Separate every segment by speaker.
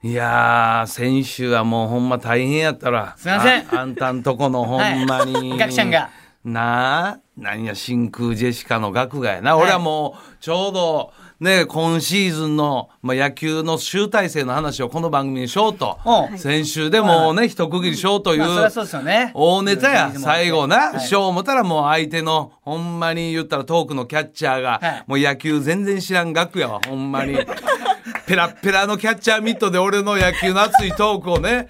Speaker 1: いやー、先週はもうほんま大変やったら。
Speaker 2: すいません
Speaker 1: あ。あんたんとこのほんまに。
Speaker 2: はいガクちゃんが。
Speaker 1: なあ、何や、真空ジェシカのガクがやな。俺はもう、ちょうど、ね、今シーズンの、まあ、野球の集大成の話をこの番組にしようと。
Speaker 2: うん
Speaker 1: 先週でもうね、一区切りしようという。
Speaker 2: まあ、そりゃそうですよね。
Speaker 1: 大ネタや、最後な、
Speaker 2: はい
Speaker 1: しよう思ったらもう相手の、ほんまに言ったらトークのキャッチャーが、
Speaker 2: はい
Speaker 1: もう野球全然知らん楽やわ、ほんま に。ペラッペラのキャッチャーミットで俺の野球の熱いトークをね、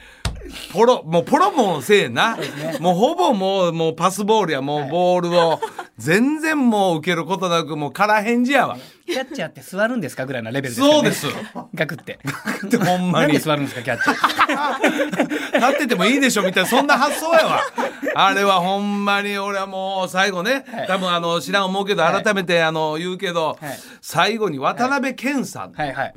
Speaker 1: ポロ、もうポロもせえな。もうほぼもう、もうパスボールや、もうボールを、全然もう受けることなく、もう空返事や わ。
Speaker 2: キャッチャーって座るんですかぐらいのレベルですよね。
Speaker 1: そうです。
Speaker 2: ガクって。
Speaker 1: ってほんま
Speaker 2: なん
Speaker 1: に
Speaker 2: で。座るんですか、キャッチャー。
Speaker 1: 立っててもいいでしょみたいなそんな発想やわあれはほんまに俺はもう最後ね、
Speaker 2: はい
Speaker 1: 多分あの知らん思うけど
Speaker 2: はい
Speaker 1: 改めてあの言うけど、
Speaker 2: はい
Speaker 1: 最後に渡辺謙さん
Speaker 2: はいはい。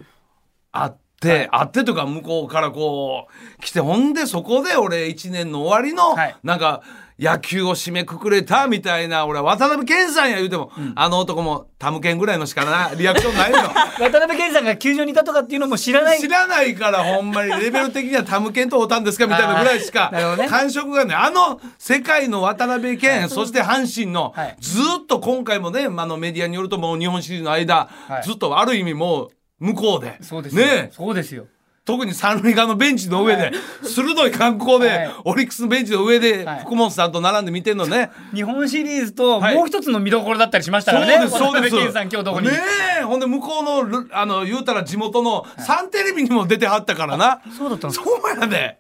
Speaker 1: 会って、会ってとか向こうからこう来てほんでそこで俺1年の終わりの、
Speaker 2: はい
Speaker 1: なんか野球を締めくくれたみたいな俺は渡辺謙さんや言うても、あの男もタムケンぐらいのしかなリアクションないの。
Speaker 2: 渡辺謙さんが球場にいたとかっていうのも知らない。
Speaker 1: 知らないからほんまにレベル的にはタムケンとオタンですかみたいなぐらいしか
Speaker 2: あーなるほどね
Speaker 1: 感触がねあの世界の渡辺謙、そして阪神の、
Speaker 2: はい
Speaker 1: ずっと今回もね、まあ、あのメディアによるともう日本シリーズの間、
Speaker 2: はい
Speaker 1: ずっとある意味もう向こうで
Speaker 2: そうですよ。
Speaker 1: ねえ
Speaker 2: そうですよ。
Speaker 1: 特に三塁側のベンチの上で、鋭い観光で、
Speaker 2: はい
Speaker 1: オリックスのベンチの上で、
Speaker 2: はい
Speaker 1: 福本さんと並んで見てんのね。
Speaker 2: 日本シリーズと
Speaker 1: はい
Speaker 2: もう一つの見どころだったりしました
Speaker 1: そ
Speaker 2: か
Speaker 1: う
Speaker 2: ら
Speaker 1: で
Speaker 2: ね。
Speaker 1: す、そうです。
Speaker 2: 渡辺謙さん今日どこに。
Speaker 1: ねえ、ほんで向こうのル、あの、言うたら地元のサンテレビにも出てはったからな。
Speaker 2: そうだったんですか
Speaker 1: そうやで。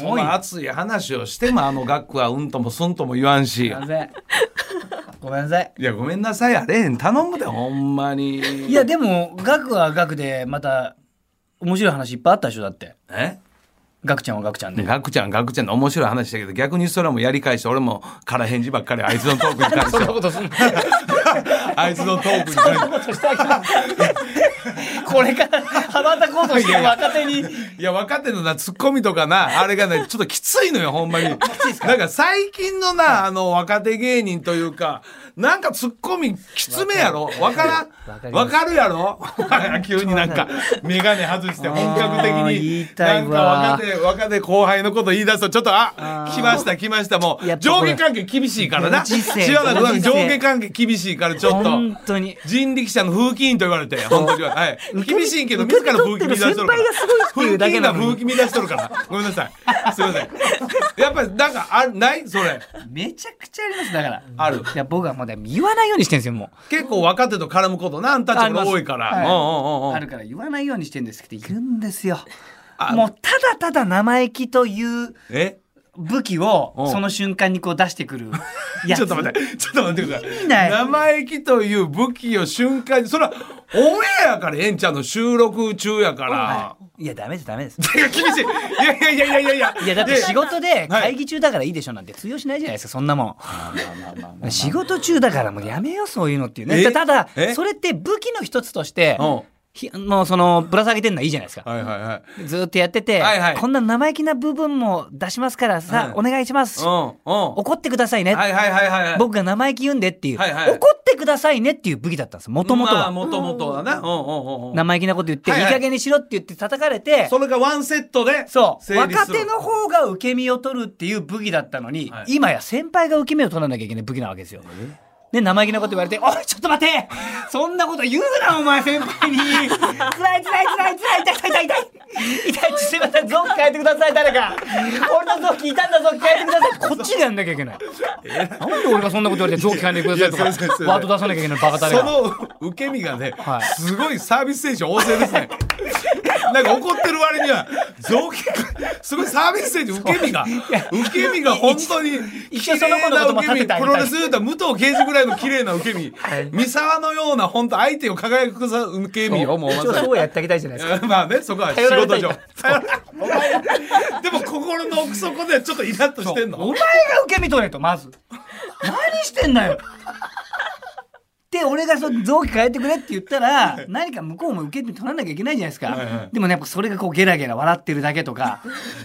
Speaker 1: そ
Speaker 2: ごい
Speaker 1: んな熱い話をしても、あの学区はうんともすんとも言わんし
Speaker 2: ごめん。なさい。ごめんなさい。
Speaker 1: いや、ごめんなさい、あれへん。頼むで、ほんまに。
Speaker 2: いや、でも、ガクはガクで、また、面白い話いっぱいあったでしょ、だって。
Speaker 1: え
Speaker 2: ガクちゃんはガクちゃん で。
Speaker 1: ガクちゃん、ガクちゃんの面白い話だけど、逆にそれはもうやり返して、俺も空返事ばっかり、あいつのトークに関して
Speaker 2: そんな
Speaker 1: は。
Speaker 2: ことすんの
Speaker 1: あいつのトークに関しては。
Speaker 2: これから羽ばたこうとしてる若手に。
Speaker 1: いや、分かってんのな、ツッコミとか な、あれがね、ちょっときついのよ、ほんまに。なんか最近のな、あの、若手芸人というか、なんかツッコミきつめやろ分から
Speaker 2: わ
Speaker 1: ん
Speaker 2: かります
Speaker 1: 分かるやろ 急になんか、メガネ外して本格的
Speaker 2: あー言
Speaker 1: に
Speaker 2: い、た
Speaker 1: ないん
Speaker 2: わ
Speaker 1: か若手、若手後輩のこと言い出すと、ちょっと、あ、来ました、来ました、もう
Speaker 2: やっ、ぱ
Speaker 1: 上
Speaker 2: これ
Speaker 1: 下関係厳しいからな。
Speaker 2: ご時世
Speaker 1: 違うな、
Speaker 2: ご時世
Speaker 1: 上下関係厳しいから、ちょっと。
Speaker 2: 本当に。
Speaker 1: 人力車の風紀委員と言われて、本当には。はい。厳しいけど、自ら風紀乱してるから。
Speaker 2: っていうだけなのに
Speaker 1: 風紀乱してるから。ごめんなさい。すいません。やっぱり、なんか、あないそれ。
Speaker 2: めちゃくちゃあります、だから。
Speaker 1: ある。
Speaker 2: いや、僕はもうね言わないようにしてんですよ、もう。
Speaker 1: 結構若手と絡むこと、なんたちも多いから。
Speaker 2: あります
Speaker 1: うんうんうんう
Speaker 2: あ
Speaker 1: ん
Speaker 2: るから言わないようにしてんですけど、いるんですよ
Speaker 1: あ。
Speaker 2: もう、ただただ生意気という
Speaker 1: え
Speaker 2: 武器
Speaker 1: う
Speaker 2: を
Speaker 1: ん、
Speaker 2: その瞬間にこう出してくるや
Speaker 1: ち
Speaker 2: つ。
Speaker 1: ょっと待って、ちょっと待ってください。
Speaker 2: 味ない
Speaker 1: 生意気という武器を瞬間に、それは、オンエアやから、えんちゃんの収録中やから
Speaker 2: は。いいや、ダメです、ダメです。
Speaker 1: いや、厳しい。いやいやいやいやいやいや。
Speaker 2: いやだって仕事で
Speaker 1: はい
Speaker 2: 会議中だからいいでしょなんて通用しないじゃないですかそんなもん仕事中だからもうやめようそういうのっていう
Speaker 1: え
Speaker 2: ねただ
Speaker 1: え
Speaker 2: それって武器の一つとして
Speaker 1: うん
Speaker 2: ひもうそのぶら下げてんのはいいじゃないですか
Speaker 1: はいはいはい。
Speaker 2: ずーっとやってて
Speaker 1: はいはい
Speaker 2: こんな生意気な部分も出しますからさ
Speaker 1: う
Speaker 2: お願いします
Speaker 1: うん、うん。
Speaker 2: 怒ってくださいね
Speaker 1: はいはいはいはいはい。
Speaker 2: 僕が生意気言うんでっていう
Speaker 1: はいはい
Speaker 2: 怒ってくださいねっていう武器だったんですもともと
Speaker 1: まあ、
Speaker 2: は
Speaker 1: もともとはな。うんうんうんうん。
Speaker 2: 生意気なこと言ってい
Speaker 1: はいいはい
Speaker 2: 加減にしろって言って叩かれて
Speaker 1: それがワンセットで
Speaker 2: そう
Speaker 1: 成立
Speaker 2: 若
Speaker 1: する
Speaker 2: 手の方が受け身を取るっていう武器だったのに、
Speaker 1: はい
Speaker 2: 今や先輩が受け身を取らなきゃいけない武器なわけですよ。ね、生意気なこと言われて「おいちょっと待てそんなこと言うなお前先輩に辛い辛い辛い辛い痛い痛い痛い痛い痛いすいません臓器変えてください誰か俺の臓器傷んだ臓器変えてください」こっちでやんなきゃいけないなんで俺がそんなこと言われて臓器変えてくださいと
Speaker 1: いやそうですそうです
Speaker 2: かワード出さなきゃいけないバカタレ
Speaker 1: そ
Speaker 2: が
Speaker 1: の受け身がね、
Speaker 2: はい
Speaker 1: すごいサービス精神旺盛です ね。なんか怒ってる割には、造形すごいサービス精神、受け身が、受け身が本当に、
Speaker 2: 一応その子のことも立ててあげた
Speaker 1: 綺
Speaker 2: い
Speaker 1: 麗な受け身プロレスで言うたら武藤敬司ぐらいの綺麗な受け身、
Speaker 2: い
Speaker 1: 三沢のような本当相手を輝くさ受け身をもうま
Speaker 2: 一応
Speaker 1: さに
Speaker 2: そうやってあげたいじゃないですか。
Speaker 1: まあね、そこは仕
Speaker 2: 頼られた
Speaker 1: 事
Speaker 2: い
Speaker 1: 上。頼らお前でも心の奥底ではちょっとイラッとしてんの
Speaker 2: お前が受け身取れとまず何してんだよっで俺がその臓器変えてくれって言ったら何か向こうも受け身取らなきゃいけないじゃないですか、
Speaker 1: はいはい
Speaker 2: でもねやっぱそれがこうゲラゲラ笑ってるだけ とか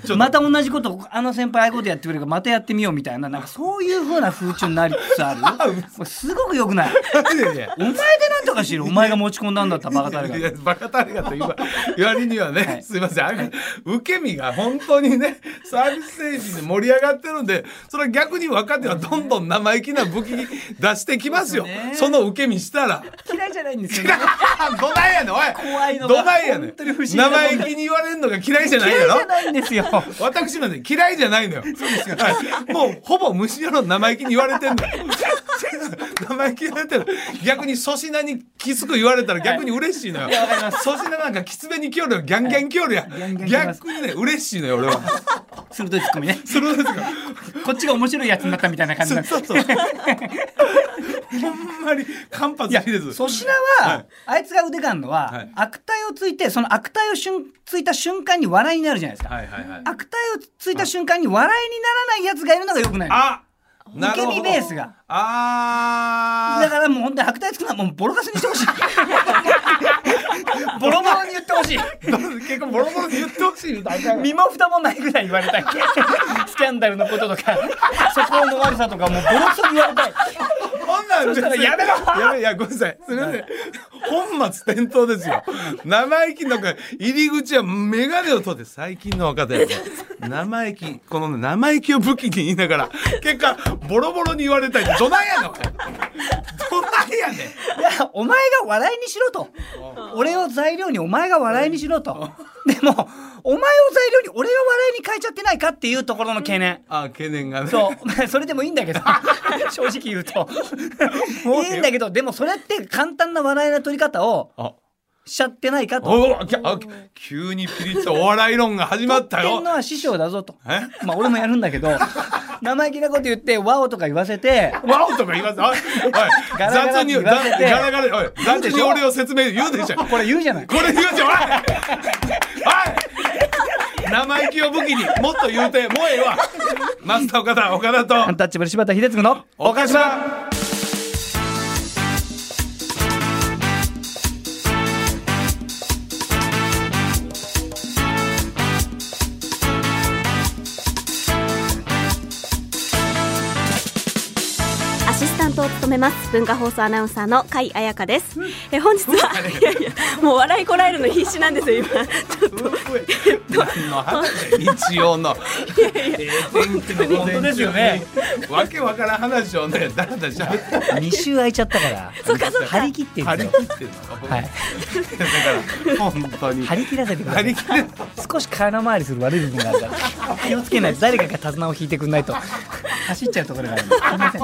Speaker 1: と
Speaker 2: また同じことあの先輩ああいうことやってくれるからまたやってみようみたいななんかそういう風な風潮になりつ つあるこれすごく良くないお前でなんとかしろお前が持ち込んだんだったらバカタレが
Speaker 1: いやバカタレがと言わ言われにはね、
Speaker 2: はい
Speaker 1: すいませんあれ受け身が本当にねサービス精神で盛り上がってるんでそれは逆に若手はどんどん生意気な武器に出してきますよ
Speaker 2: そうですね
Speaker 1: その受け身したら。
Speaker 2: 嫌いじゃないんですよね
Speaker 1: どないやねんおい
Speaker 2: 怖いのが
Speaker 1: どないやねん
Speaker 2: 本当に不思議なもんだ
Speaker 1: 生意気に言われるのが嫌いじゃない
Speaker 2: 嫌
Speaker 1: や
Speaker 2: いじ
Speaker 1: ろ
Speaker 2: ゃないんですよ
Speaker 1: 私なんて嫌いじゃないのよ。はいもうほぼ虫よの生意気に言われてんだよ。生意気に言われてる。逆に粗品にきつく言われたら逆に嬉しいのよ。粗品なんかきつめに来よるよ。ギャンギャン来よるや
Speaker 2: ギャンギャン。来ます
Speaker 1: 逆にね、嬉しいのよ、俺は。
Speaker 2: 鋭いツッコミね
Speaker 1: それはですか。
Speaker 2: こっちが面白いやつになったみたいな感じなんです
Speaker 1: そうそう。ほんまに間髪
Speaker 2: いや
Speaker 1: 入れず。
Speaker 2: 粗品は、
Speaker 1: はい
Speaker 2: あいつが腕があるのは、
Speaker 1: はい
Speaker 2: 悪態をついてその悪態をしゅんついた瞬間に笑いになるじゃないですか、
Speaker 1: はいはいはい。
Speaker 2: 悪態をついた瞬間に笑いにならないやつがいるのがよくないの
Speaker 1: あなるほど。
Speaker 2: 受け身ベースが。
Speaker 1: あ
Speaker 2: だからもう本当に悪態つくのはもうボロカスにし てほしいボロボロに言ってほしい
Speaker 1: ー。結構ボロボロに言ってほしいみたいな。
Speaker 2: 身も蓋もないぐらい言われ たいスキャンダルのこととか素行の悪さとかもうボロクソに言われたい
Speaker 1: そんなん
Speaker 2: そしたらやめろ
Speaker 1: やめいやごめんなさいすみません本末転倒ですよ生意気なんか入り口は眼鏡を取って最近の若手やな生意気このね生意気を武器に言いながら結果ボロボロに言われたいってどないやねんおいどないやねん
Speaker 2: いやお前が笑いにしろと俺を材料にお前が笑いにしろとでもお前を材料に俺が笑いに変えちゃってないかっていうところの懸念
Speaker 1: あ懸念がね
Speaker 2: そう それでもいいんだけど正直言うといいんだけどでもそれって簡単な笑いの取り方を
Speaker 1: あ
Speaker 2: しちゃってないかと
Speaker 1: おおきゃあ急にピリッとお笑い論が始まった
Speaker 2: 言ってん
Speaker 1: よ
Speaker 2: のは師匠だぞと
Speaker 1: え
Speaker 2: まあ俺もやるんだ けど生意気なこと言って「ワオ」とか言わせて
Speaker 1: ワオとか言いますおいおい
Speaker 2: ガラガラ
Speaker 1: 雑に
Speaker 2: 言わせて
Speaker 1: ガラガラおい雑に俺を説明言うでしょ
Speaker 2: これ言うじゃない
Speaker 1: これ言うじゃんおいおい生意気を武器にもっと言うてもうええわマスター岡田岡田
Speaker 2: アン
Speaker 1: と
Speaker 2: タッチャブル柴田秀嗣 の
Speaker 1: 岡島
Speaker 3: アシスタントを務めます文化放送アナウンサーの甲斐彩香です。え本日 はいやいやもう笑いこらえるの必死なんですよ今。ちょっと
Speaker 1: 何の話日曜のええ天気の午前中
Speaker 2: 本当ですよね
Speaker 1: わけわからん話をねだらだらしゃべって
Speaker 2: 2週空いちゃったから張り切ってるん
Speaker 1: 張
Speaker 2: です
Speaker 1: り
Speaker 2: よ
Speaker 1: 切ってるの、
Speaker 2: はい
Speaker 1: だから本当に
Speaker 2: 張り切らせてくださ
Speaker 1: 張
Speaker 2: い
Speaker 1: り切れ
Speaker 2: 少し空回りする悪い部分がある から気をつけないと誰かが手綱を引いてくんないと走っちゃうところがあるんですすいません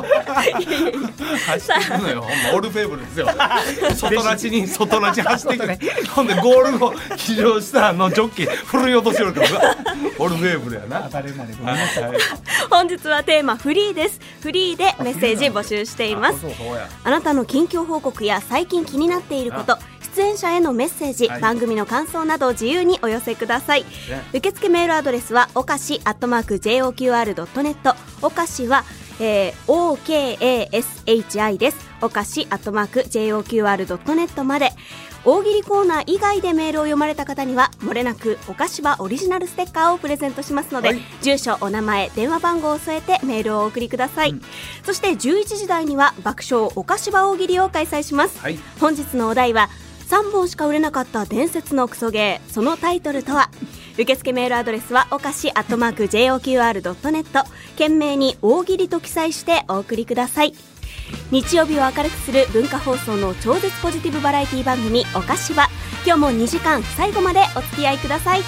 Speaker 1: 走ってくのよほんまオルフェーブルですよ外拉致に外拉致走っていくほんでゴール後騎乗したあのジョッキー振り落としよるからうわオルフェーブルやな
Speaker 2: 当たるまでごめんな
Speaker 1: はい
Speaker 2: さい
Speaker 1: はい
Speaker 3: 本日はテーマフリーです。フリーでメッセージ募集しています
Speaker 1: そう。そうや
Speaker 3: あなたの近況報告や最近気になっていること出演者へのメッセージ、
Speaker 1: はい
Speaker 3: 番組の感想などを自由にお寄せください、受付メールアドレスはおかし @joqr.net おかしは、えー、OKASHI ですおかし @joqr.net まで大喜利コーナー以外でメールを読まれた方にはもれなくおかしばオリジナルステッカーをプレゼントしますので、
Speaker 1: はい
Speaker 3: 住所お名前電話番号を添えてメールをお送りください、そして11時台には爆笑おかしば大喜利を開催します、
Speaker 1: はい
Speaker 3: 本日のお題は3本しか売れなかった伝説のクソゲーそのタイトルとは受付メールアドレスはおかし @joqr.net 懸命に大喜利と記載してお送りください日曜日を明るくする文化放送の超絶ポジティブバラエティ番組おかしば今日も2時間最後までお付き合いください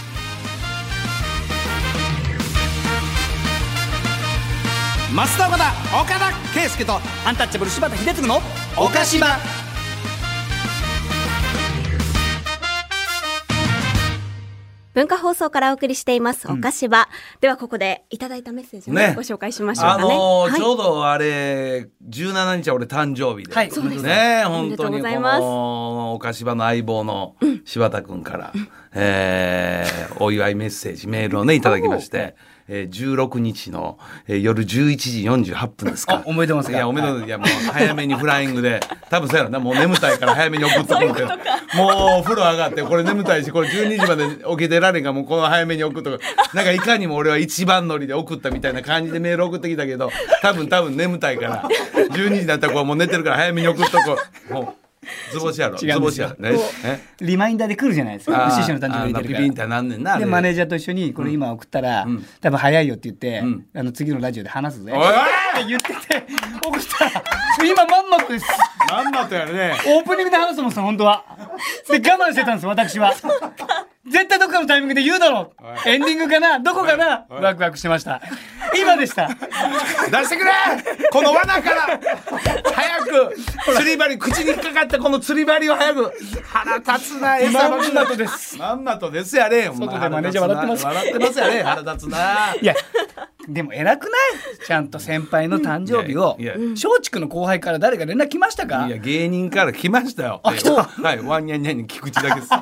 Speaker 2: 増田岡田岡田圭介とアンタッチャブル柴田秀嗣の岡島
Speaker 3: 文化放送からお送りしています、おかしば。では、ここでいただいたメッセージをね、
Speaker 1: ね
Speaker 3: ご紹介しましょうか
Speaker 1: あ
Speaker 3: ね。
Speaker 1: のー
Speaker 3: はい
Speaker 1: ちょうどあれ17日は俺誕生日で、
Speaker 2: はいそうです
Speaker 1: ね
Speaker 3: おめ
Speaker 1: 本
Speaker 3: でと
Speaker 1: 当
Speaker 3: うご
Speaker 1: にこ
Speaker 3: ざいます
Speaker 1: のお菓子場の相棒の柴田君から、ええーお祝いメッセージ、メールをね、いただきまして、えー、16日の、えー夜11時48分ですか
Speaker 2: あ。おめでとうございます
Speaker 1: や、おめでとうございます。いや、もう早めにフライング で、多分そうやろな、もう眠たいから早めに送っとこうけど。もうお風呂上がって、これ眠たいし、これ12時まで起きてられんから、もうこの早めに送っとこう。なんかいかにも俺は一番乗りで送ったみたいな感じでメール送ってきたけど、多分多分眠たいから、12時になったらこうもう寝てるから早めに送っとこう。もう、ズボシやろ、
Speaker 2: 違うんですよ
Speaker 1: ズボシやろ。ね
Speaker 2: こ
Speaker 1: え
Speaker 2: うリマインダーで来るじゃないですか。
Speaker 1: あー
Speaker 2: 師匠の誕生日入れ
Speaker 1: あーまあ
Speaker 2: て
Speaker 1: ビ
Speaker 2: るか
Speaker 1: ビン
Speaker 2: ら。
Speaker 1: ってなんねんな。あれ
Speaker 2: でマネージャーと一緒にこれ今送ったら、多分早いよって言って、
Speaker 1: ん
Speaker 2: あの次のラジオで話すぜ
Speaker 1: おいおい
Speaker 2: って言ってて送ったら今まんまとです
Speaker 1: まんまとやるね。
Speaker 2: オープニングで話すと思ってたの本 当はで我慢してたんです私は絶対どっかのタイミングで言うだろうエンディングかなどこかな
Speaker 1: おい
Speaker 2: ワクワクしてました今でした
Speaker 1: 出してくれこの罠から早く釣り針口に引っかかったこの釣り針を早く腹立つな餌
Speaker 2: まんまとです
Speaker 1: まんまとですやれよ
Speaker 2: 外でマネージャー笑ってます
Speaker 1: 笑ってますやれ腹立つ ない
Speaker 2: やでも偉くないちゃんと先輩の誕生日を
Speaker 1: いやいや
Speaker 2: 松竹の後輩から誰か連絡来ましたか
Speaker 1: いや芸人から来ましたよ。
Speaker 2: あ来た
Speaker 1: はい、ワンニャンニャンに菊池だけです。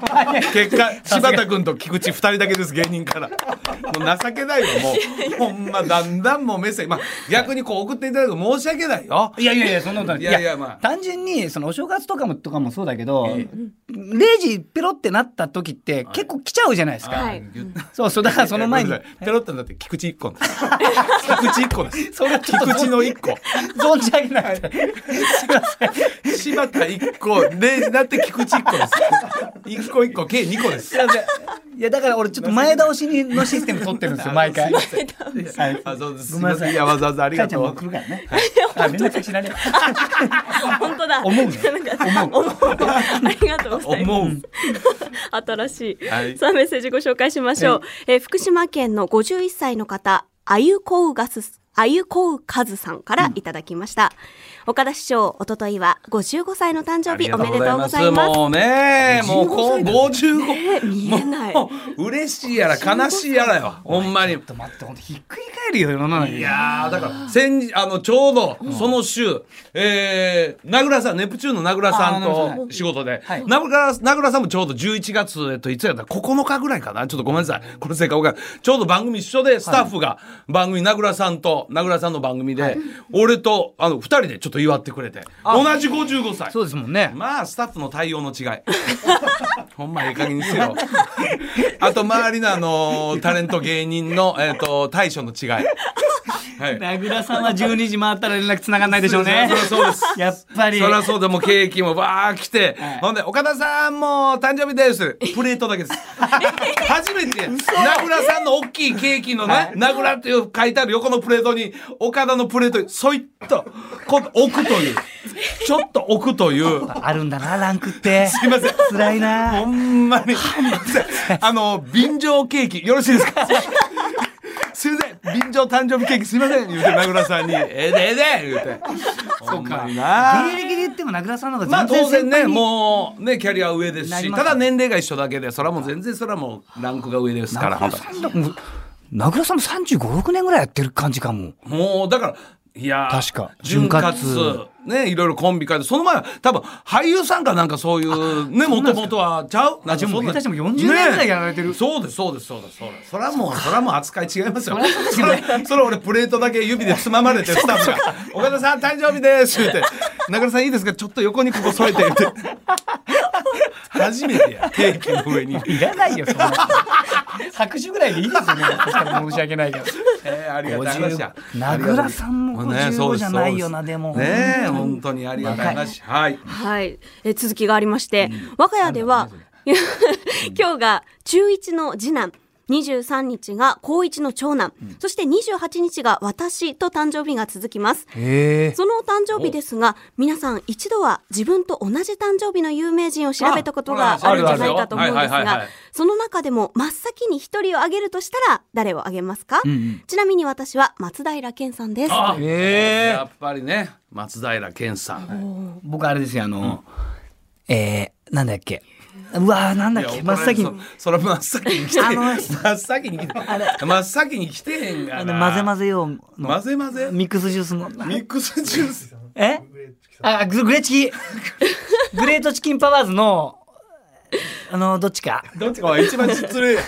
Speaker 1: 結果柴田君と菊池二人だけです芸人から。もう情けないよもう。 ほんまだんだんもうメッセージまあ逆にこう送っていただくの申し訳ないよ。
Speaker 2: いやいやいや、そんなことない。
Speaker 1: いやいやまあ
Speaker 2: 単純に、そのお正月とかも、とかもそうだけど、
Speaker 1: え
Speaker 2: 0時ペロってなった時って、結構来ちゃうじゃないですか。
Speaker 3: はい
Speaker 1: 言っ
Speaker 2: そうそう、だからその前に
Speaker 1: ごめん、なさいペロッとなって菊池一個です。 菊池一個です。
Speaker 2: それはちょっと
Speaker 1: 菊池の一個。
Speaker 2: 存じ上げなくて。すいません。
Speaker 1: 柴田一個、レイジだって菊池一個です。一個一個計二個です
Speaker 2: す。いません。いや、だから俺ちょっと前倒しにのシステム取ってるんですよ、毎回。
Speaker 1: あ
Speaker 2: は
Speaker 1: すいません
Speaker 2: い。
Speaker 1: あ、そうです。
Speaker 2: ご
Speaker 1: す
Speaker 2: め
Speaker 1: みません。
Speaker 2: んなさい
Speaker 1: いや、わざわざあり
Speaker 2: か
Speaker 1: が
Speaker 2: いちゃん
Speaker 1: と
Speaker 2: も
Speaker 1: う
Speaker 2: 来。るからね。あ、連絡知らねえ。
Speaker 3: 本当だ。
Speaker 2: 思うね
Speaker 3: 知ら なかった思う。ありがとうございます。
Speaker 1: 思う。
Speaker 3: 新しい。
Speaker 1: はい
Speaker 3: さあメッセージご紹介しましょう。えー福島県の51歳の方、あゆこうがす、あゆこうかずさんからいただきました。岡田市長、おとといは55歳の誕生日おめでとうございます。
Speaker 1: もうね、もうこう五十五。
Speaker 3: 見えない。
Speaker 1: もう嬉しいやら悲しいやらよ。ほんまに
Speaker 2: ちょっ。と待って、ほんとひっくり返るよ、世の中に
Speaker 1: いやーだから先日あのちょうどその週、えー名倉さんネプチューンの名倉さん
Speaker 2: あー名倉さん
Speaker 1: と仕事で、
Speaker 2: はい
Speaker 1: 名倉名倉さんもちょうど11月、えっと、いつやった9日ぐらいかなちょっとごめんなさいこれ正解わかんないちょうど番組一緒でスタッフが番組、名倉さんと名倉さんの番組で、俺とあの2人でちょっと祝ってくれて同じ55歳
Speaker 2: そうですもんね。
Speaker 1: まあスタッフの対応の違い ほんまええ加減にせよ あと周りのあのータレント芸人の、えっと対処の違い はい
Speaker 2: 名倉さんは12時回ったら連絡つながんないでしょうね
Speaker 1: そ。りゃそうです。
Speaker 2: やっぱり。
Speaker 1: そりゃそうでもうケーキもバー来て、
Speaker 2: はい
Speaker 1: ほんで岡田さんもう誕生日ですプレートだけ です初めて名倉さんの大きいケーキのね、名倉っていう書いてある横のプレートに岡田のプレートにそいっとこう置くというちょっと置くという
Speaker 2: あるんだな、ランクって。
Speaker 1: すいません
Speaker 2: 辛いな。
Speaker 1: ほんまに。あの、便乗ケーキ、よろしいですか すいません、便乗誕生日ケーキすいません、言うて、名倉さんに、ええでええで言うて。そうか。な
Speaker 2: 芸歴で言っても名倉さんの方
Speaker 1: ま
Speaker 2: が
Speaker 1: あ
Speaker 2: 全
Speaker 1: 当
Speaker 2: 然
Speaker 1: 然
Speaker 2: 先輩
Speaker 1: ね、
Speaker 2: に、
Speaker 1: もうね、キャリアは上です
Speaker 2: なり
Speaker 1: し、
Speaker 2: ます
Speaker 1: ただ年齢が一緒だけで、それはもう全然、それはもうランクが上ですから、本当に
Speaker 2: うもう名倉さんも三十五六年ぐらいやってる感じかも。
Speaker 1: もう、だから、いやー
Speaker 2: 確か
Speaker 1: 潤滑
Speaker 2: 潤
Speaker 1: ねいろいろコンビ会でその前は多分俳優さんかなんかそういうねもともとはちゃうなんか
Speaker 2: じゃあもう
Speaker 1: そんな
Speaker 2: 下手しても40年ぐらいやられてる
Speaker 1: ねそうですそうですそうですそうですそれはもうそれはもう扱い違います よそれそれ俺プレートだけ指でつままれてスタッフが「岡田さん誕生日です」って「中田さんいいですかちょっと横にここ添えて」 って初めてやケーキの上に。
Speaker 2: いらないよ、そんな。拍手ぐらいでいいですよね。そしたら申し訳ないけど。
Speaker 1: えーありがたい話や
Speaker 2: 50名倉さんも
Speaker 1: ねそう
Speaker 2: 55
Speaker 1: です
Speaker 2: じゃないよな、でも。
Speaker 1: ねえ本当にありがたい話はい
Speaker 3: はい、え続きがありまして、我が家では 今日が中1の次男23日が高1の長男、そして28日が私と誕生日が続きます
Speaker 2: へえ。
Speaker 3: そのお誕生日ですが皆さん一度は自分と同じ誕生日の有名人を調べたことが
Speaker 1: あ
Speaker 3: あるんじゃない
Speaker 1: あるあ
Speaker 3: か
Speaker 1: る
Speaker 3: と思うんです
Speaker 1: はいはいはいは
Speaker 3: が
Speaker 1: い
Speaker 3: その中でも真っ先に一人を挙げるとしたら誰を挙げますか、
Speaker 2: ん
Speaker 3: ちなみに私は松平健さんです
Speaker 1: あ
Speaker 2: へえ
Speaker 1: やっぱりね松平健さん
Speaker 2: 僕あれですよ、あの、えー、なんだっけ。うわー、なんだっ
Speaker 1: い
Speaker 2: け。
Speaker 1: や
Speaker 2: 真っ先
Speaker 1: 怒られ
Speaker 2: に
Speaker 1: る。そそれ真っ先に来て
Speaker 2: あの
Speaker 1: 真っ先に来て真っ先に来てへんが
Speaker 2: あ
Speaker 1: な
Speaker 2: の、混ぜ混ぜようの。
Speaker 1: 混ぜ混ぜ
Speaker 2: ミックスジュースの。
Speaker 1: ミックスジュース
Speaker 2: えあ、ググレチキ。グレートチキンパワーズの、あのどっちか
Speaker 1: どっちかは一番失礼や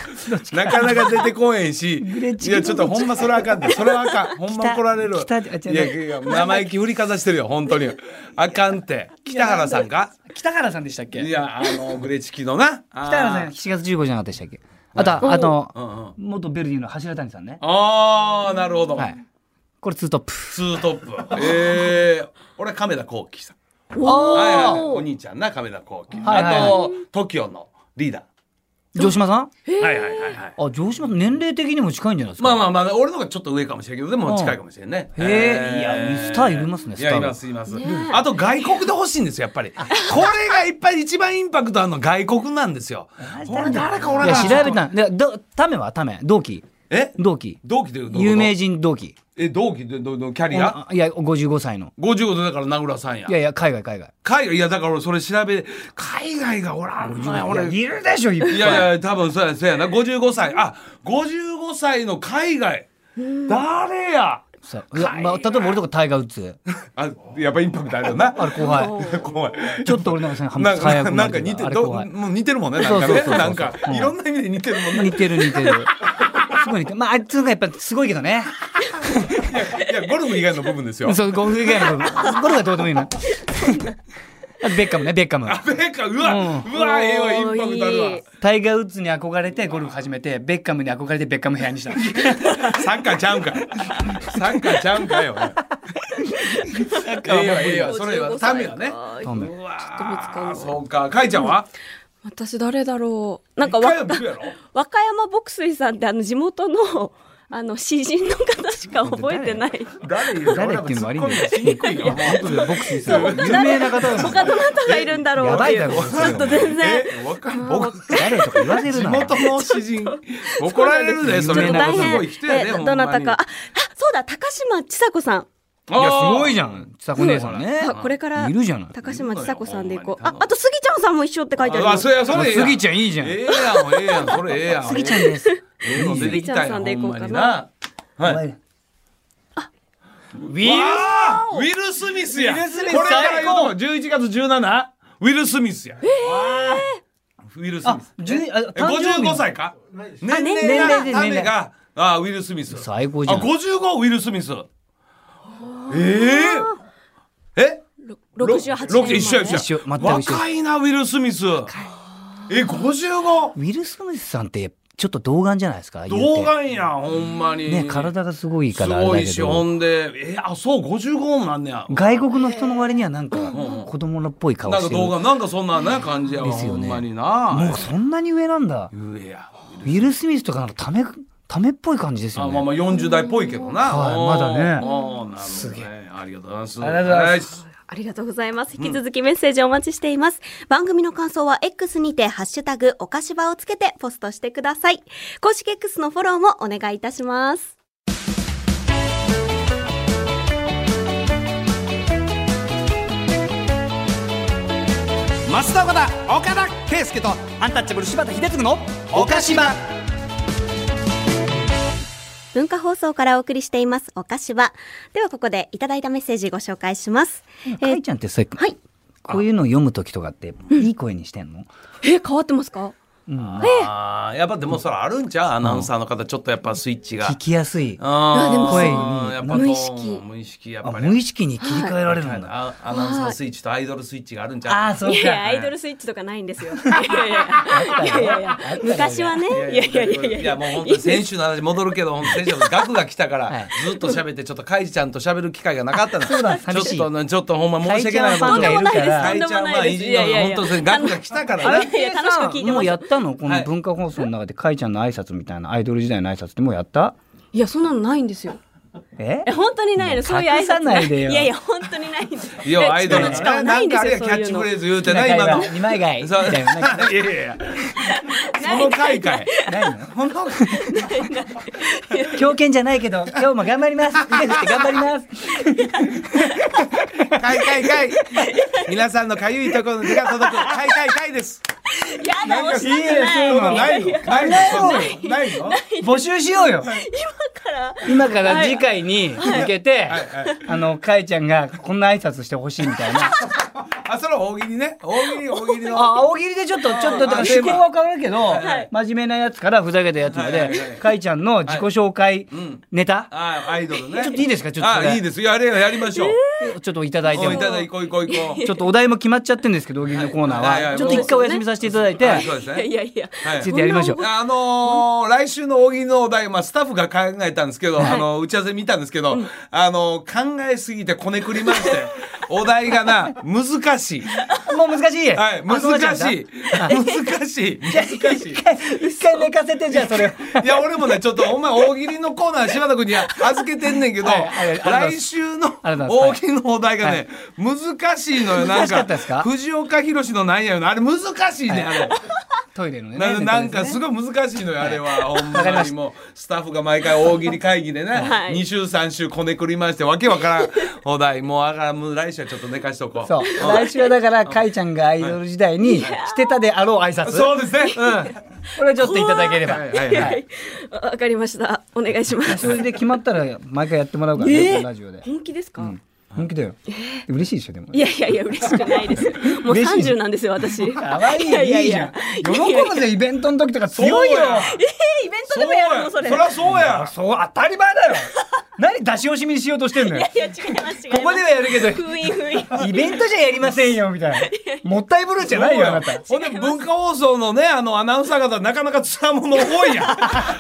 Speaker 1: なかなか出てこへんし
Speaker 2: レチ
Speaker 1: い
Speaker 2: ゲの
Speaker 1: やちょっとほんまそれはあかんでそれはあかんほんま怒られる
Speaker 2: 北北
Speaker 1: いやいや生意気振りかざしてるよ本当にあかんって北原さんか
Speaker 2: 北原さんでしたっけ
Speaker 1: い
Speaker 2: 北
Speaker 1: やあ のグレチキのな北
Speaker 2: 原さん7月15日じゃなかったでしたっけあとはあの、
Speaker 1: うんうん
Speaker 2: 元ベルディの柱谷さんね
Speaker 1: ああなるほど、
Speaker 2: はいこれツートップ
Speaker 1: ツートップ えー、俺は亀田光輝さんはいはいはい、お
Speaker 3: おー
Speaker 1: 兄ちゃんな亀田光輝、
Speaker 2: はいはいはい
Speaker 1: あと TOKIO のリーダ
Speaker 2: 城島さん
Speaker 1: ーはいはいはいはい
Speaker 2: あ城島さん年齢的にも近いんじゃないですか
Speaker 1: まあまあまあ俺の方がちょっと上かもしれんけどでも近いかもしれんね
Speaker 2: うんへえいやスターいますね
Speaker 1: いや
Speaker 2: スター
Speaker 1: い
Speaker 2: が
Speaker 1: ますいます、あと外国で欲しいんですよやっぱ りこれがいっぱい一番インパクトあるの外国なんですよこれ誰かおら
Speaker 2: い
Speaker 1: な
Speaker 2: や
Speaker 1: かった
Speaker 2: 調べたんでどタメはタメ同期
Speaker 1: え
Speaker 2: 同期
Speaker 1: 同期でどういうこと
Speaker 2: 有名人同期
Speaker 1: え同期でどうどうキャ
Speaker 2: い
Speaker 1: リア
Speaker 2: いや55歳の
Speaker 1: 55でだから名倉さんや
Speaker 2: いやいや海外海外
Speaker 1: 海外いやだから俺それ調べ海外がおらんのよ俺
Speaker 2: いやいるでしょいっぱ
Speaker 1: いやいや多分そうやそうやな55歳あ55歳の海外誰や
Speaker 2: さいやまあ、例えば俺とかタイガー・ウッズ
Speaker 1: あやっぱインパクトあるよな
Speaker 2: あれ後輩
Speaker 1: 怖い
Speaker 2: ちょっと俺なんかその
Speaker 1: なん
Speaker 2: 早
Speaker 1: か
Speaker 2: く
Speaker 1: な
Speaker 2: なんる
Speaker 1: か
Speaker 2: けど
Speaker 1: 似てる
Speaker 2: あれ
Speaker 1: ど
Speaker 2: 後輩
Speaker 1: もう似てるもんねなんか
Speaker 2: そ
Speaker 1: ね
Speaker 2: うそうそうそう
Speaker 1: なんか
Speaker 2: うん
Speaker 1: いろんな意味で似てるもんね
Speaker 2: 似てる似てるすごい似てるまああいつがやっぱすごいけどね
Speaker 1: いやゴルフ以外の部分ですよ
Speaker 2: そうゴルフ以外の部分ゴルフはどうでもいいなあとベッカムねベッカム
Speaker 1: あベッカうわ
Speaker 2: う
Speaker 1: うわええわイン
Speaker 3: おー
Speaker 1: パクトある
Speaker 3: いい
Speaker 1: わ
Speaker 2: タイガー・ウッズに憧れてゴルフ始めてベッカムに憧れてベッカム部屋 にしたの
Speaker 1: サッカーちゃうんかサッカーちゃうんかよええわええわそれはタメはね
Speaker 2: トム
Speaker 1: う
Speaker 3: か
Speaker 1: わ
Speaker 3: んない
Speaker 1: そうかかいちゃんは
Speaker 3: 私誰だろうなんか
Speaker 1: 一
Speaker 3: わ
Speaker 1: 回は見るやろ
Speaker 3: 和歌山牧水さんってあの地元のあの詩人の方しか覚えてない
Speaker 1: 誰言う
Speaker 2: 誰っていうのも悪いんだよ
Speaker 1: しにくいよ
Speaker 2: ボクシングさん有名な方です
Speaker 3: 他どなたがいるんだろう
Speaker 2: やばいだろ
Speaker 3: ちょっと全然
Speaker 1: えわかん僕
Speaker 2: 誰とか言わせる
Speaker 1: 地
Speaker 2: な
Speaker 1: 元の詩 人怒られるで
Speaker 2: そ
Speaker 1: そうれ
Speaker 3: ちょっ
Speaker 2: な
Speaker 3: と
Speaker 2: ん
Speaker 1: すご
Speaker 2: です有名な方
Speaker 3: 大変
Speaker 1: い来てるね
Speaker 3: えどなたかああそうだ高嶋ちさ子さん
Speaker 1: い
Speaker 2: いやすごいじゃんちさ子姉さんね
Speaker 3: あこれから
Speaker 2: いるじゃない
Speaker 3: 高嶋ちさ子さんでいこう
Speaker 1: いるのよ
Speaker 3: ああとスギちゃんさんも一緒って書いてある
Speaker 1: あそれやそれええや
Speaker 2: スギちゃんいいじゃん
Speaker 1: ええやんええやんそれええやん
Speaker 2: スギちゃんです
Speaker 1: ええの出てきた
Speaker 3: スギちゃんさ
Speaker 1: やん
Speaker 3: んでいこ
Speaker 1: ほ
Speaker 3: うん
Speaker 1: ま
Speaker 3: かな
Speaker 1: になはい
Speaker 2: あウィ
Speaker 1: わあウィル・スミスや
Speaker 2: ウィルスミス
Speaker 1: これから言うとこ11月17ウィル・スミスやウィル・スミス
Speaker 2: じゅうあ
Speaker 1: え
Speaker 2: 誕生日
Speaker 1: 55歳か年
Speaker 3: 年
Speaker 1: 齢
Speaker 3: 齢
Speaker 1: が
Speaker 2: です
Speaker 1: 種があウィル・スミス
Speaker 2: 最高じゃん
Speaker 1: あ55ウィル・スミスえええ
Speaker 3: 六十八年前
Speaker 1: 一緒や一緒や
Speaker 2: 一緒全く一緒です
Speaker 1: 若いなウィル・スミスえ 55?
Speaker 2: ウィル・スミスさんってちょっと童顔じゃないですか言うて
Speaker 1: 動画やんほんまに
Speaker 2: ね体がすごいか
Speaker 1: す
Speaker 2: らあれだ
Speaker 1: ご
Speaker 2: け
Speaker 1: い
Speaker 2: ど
Speaker 1: しほんでえあそう55もなんねや
Speaker 2: 外国の人の割にはなんか子供のっぽい顔
Speaker 1: なん
Speaker 2: し
Speaker 1: か
Speaker 2: てる
Speaker 1: 動
Speaker 2: も
Speaker 1: 画なんかそんなね感じやわ、
Speaker 2: です
Speaker 1: ほ
Speaker 2: よ
Speaker 1: ん
Speaker 2: ね
Speaker 1: まにな
Speaker 2: うそんなに上なんだ
Speaker 1: うえや
Speaker 2: ウィル・スミスとかなんかためためっぽい感じです
Speaker 1: あ
Speaker 2: よ
Speaker 1: まあ
Speaker 2: ね
Speaker 1: まあ40代っぽいけどな、
Speaker 2: はい
Speaker 1: おー
Speaker 2: ま
Speaker 1: お
Speaker 2: だね
Speaker 1: ーなるほどねすげえありがとうございます
Speaker 2: ありがとうございます
Speaker 1: す
Speaker 3: ありがとうございます。引き続きメッセージお待ちしています。番組の感想は X にて、ハッシュタグ、おかしばをつけてポストしてください。公式 X のフォローもお願いいたします。
Speaker 1: 増田岡田岡田圭介と
Speaker 2: アンタッチャブル柴田秀嗣の岡島
Speaker 3: 文化放送からお送りしています、おかしば。ではここでいただいたメッセージご紹介します。
Speaker 2: かいちゃんってさ
Speaker 3: はい。
Speaker 2: こういうの読む時とかっていい声にしてんの
Speaker 3: え、変わってますか
Speaker 1: あーやっぱでもそれあるんちゃうアナウンサーの方ちょっとやっぱスイッチが
Speaker 2: 聞きやすい
Speaker 1: あ
Speaker 3: いやでも
Speaker 2: 声に
Speaker 1: やっぱ
Speaker 3: 無意識
Speaker 1: 無意識やっ
Speaker 2: あ
Speaker 1: ぱり
Speaker 2: 無意識に切り替えられるんだ
Speaker 1: あアナウンサースイッチとアイドルスイッチがあるんち
Speaker 2: あ
Speaker 1: ゃ
Speaker 2: あ
Speaker 1: う
Speaker 2: そう
Speaker 3: いやいや、ア
Speaker 2: か
Speaker 3: イドルスイッチとかないんです よ。いやいや いやいやいや。昔はね。いやいやいやいや。
Speaker 1: いやもう本当に選手の話戻るけど本当に選手の額が来たからずっと喋ってちょっとカイジちゃんと喋る機会がなかったの
Speaker 2: そうだ
Speaker 1: ちょっとねちょっとほんま申し訳ない
Speaker 2: カイちゃんファンがいるから
Speaker 1: カイちゃんは
Speaker 3: とんでもないです
Speaker 1: いじの
Speaker 3: いやいやい
Speaker 1: 本
Speaker 3: や
Speaker 1: 当に額が来たから
Speaker 2: あ
Speaker 1: な
Speaker 2: れ
Speaker 3: いやいや楽しく聞いてます
Speaker 2: もうやったのこ
Speaker 1: は
Speaker 2: の
Speaker 1: い
Speaker 2: 文化放送の中でかいちゃんの挨拶みたいなアイドル時代の挨拶ってもうやった
Speaker 3: いや、そんなのないんですよ。
Speaker 2: え
Speaker 3: え本当にないの。そういう挨
Speaker 2: 隠さ
Speaker 3: 拶が
Speaker 2: ないでよ
Speaker 3: いやいや、本当にないんです。
Speaker 1: いやアイドル
Speaker 3: し
Speaker 1: し
Speaker 3: かも
Speaker 1: か
Speaker 3: な
Speaker 1: ないん
Speaker 3: んで
Speaker 1: かあ
Speaker 3: す
Speaker 1: れ
Speaker 3: よ。
Speaker 1: やキ
Speaker 3: そ
Speaker 1: ャ
Speaker 3: う
Speaker 1: ッ
Speaker 3: いう
Speaker 1: チ
Speaker 3: の
Speaker 1: フレーズ言うてな今の
Speaker 2: 二枚貝み
Speaker 1: そう
Speaker 2: たいななんか
Speaker 1: いやいやいやその回かい
Speaker 2: ないの
Speaker 1: 本 当
Speaker 2: 狂犬じゃないけど今日も頑張ります腕振って頑張ります
Speaker 1: かいかいかい皆さんのかゆいところの手が届くかいかいかいです
Speaker 3: やだ、押したく
Speaker 2: いいえそ
Speaker 1: そ
Speaker 2: う
Speaker 1: ん
Speaker 2: な
Speaker 1: なん
Speaker 3: な
Speaker 1: な
Speaker 3: い。
Speaker 1: いのないのないの
Speaker 2: 募集しようよ
Speaker 3: だから、
Speaker 2: 今から次回に向け
Speaker 1: は
Speaker 2: て、
Speaker 1: いはい
Speaker 2: あのかいちゃんがこんな挨拶してほしいみた いな
Speaker 1: あそれは大喜利ね大喜利大喜利の
Speaker 2: あ青切りでちょっとちょっとだから趣向は変わるけど、真面目なやつからふざけたやつまで、
Speaker 1: はいはいはい
Speaker 2: かいちゃんの自己紹介
Speaker 1: ん
Speaker 2: ネタ、
Speaker 1: あアイドルね
Speaker 2: ちょっといいですかちょっとそれ
Speaker 1: あいいですよやれよやりましょう
Speaker 2: ちょっといただいて
Speaker 1: お
Speaker 2: も
Speaker 1: いただいこう行こう行こう
Speaker 2: ちょっとお題も決まっちゃってるんですけど大喜利のコーナーは,、
Speaker 1: はいはいはい
Speaker 2: ちょっと一回お休みさせていただいて、
Speaker 1: はいそうです
Speaker 3: いや
Speaker 1: ね
Speaker 3: いやいや。
Speaker 1: はい
Speaker 2: ちょっとやりましょう
Speaker 1: あのー来週の大喜利のお題、まあ、スタッフが考えたんですけど、あのー打ち合わせ見たんですけど、あのー考えすぎてこねくりまして、お題がな、難しい。
Speaker 2: もう難しい、
Speaker 1: はい、難しい。 難しい。難しい。
Speaker 2: 一回一回寝かせてじゃあそれを
Speaker 1: いや、俺もね、ちょっと、お前、大喜利のコーナー、柴田君に預けてんねんけど、
Speaker 2: はいはいありがとうございま
Speaker 1: 来
Speaker 2: す
Speaker 1: 週の
Speaker 2: ありがとうご
Speaker 1: 大
Speaker 2: ざいます
Speaker 1: 喜利のお題がね、難しいのよ、なん
Speaker 2: 難しか
Speaker 1: か
Speaker 2: ったですか、
Speaker 1: 藤岡弘のなんやよな、あれ難しいね、あれ。
Speaker 2: トイレのね
Speaker 1: な
Speaker 2: ネ
Speaker 1: な
Speaker 2: タ
Speaker 1: ん
Speaker 2: ですね
Speaker 1: かすごい難しいのよ、あれは。ほん
Speaker 2: わかり
Speaker 1: ま
Speaker 2: ま
Speaker 1: に
Speaker 2: した
Speaker 1: もう、スタッフが毎回大喜利会議でね、
Speaker 3: はい
Speaker 1: 2週3週こねくりまして、わけわからんお題。もう、あからもう来週はちょっと寝かしとこう。
Speaker 2: そう来週はだからかいちゃんがアイドル時代にしてたであろう挨拶
Speaker 1: そうですね。うん。
Speaker 2: これはちょっといただければ
Speaker 1: はいはい
Speaker 3: いや
Speaker 1: はい。
Speaker 3: いやわかりました。お願いしま
Speaker 2: そ
Speaker 3: す。
Speaker 2: れで決まったら毎回やってもらうからね、
Speaker 3: えー
Speaker 2: このラジオで
Speaker 3: 本気ですか、
Speaker 2: 本気だよ嬉しいでしょでも
Speaker 3: いやいやいや、嬉しくないです。もう
Speaker 2: 嬉しい
Speaker 3: 30なんですよ、私。
Speaker 2: かわいい
Speaker 3: やや
Speaker 2: いいじゃん
Speaker 3: や
Speaker 2: 喜ぶぜイベントの時とか強いよ
Speaker 1: そうや
Speaker 3: えー、イベントでもやるの、それ。い
Speaker 1: りゃそうや。
Speaker 2: そう当たり前 だよ何出し惜しみにしようとしてんのよ
Speaker 3: や、違います、違います。
Speaker 2: ここではやるけど
Speaker 3: 封印、封印。
Speaker 2: イベントじゃやりませんよみたいなもったいぶるんじゃないよあなた
Speaker 1: ほんで文化放送のねあのアナウンサー方なかなかつわもの多 いやん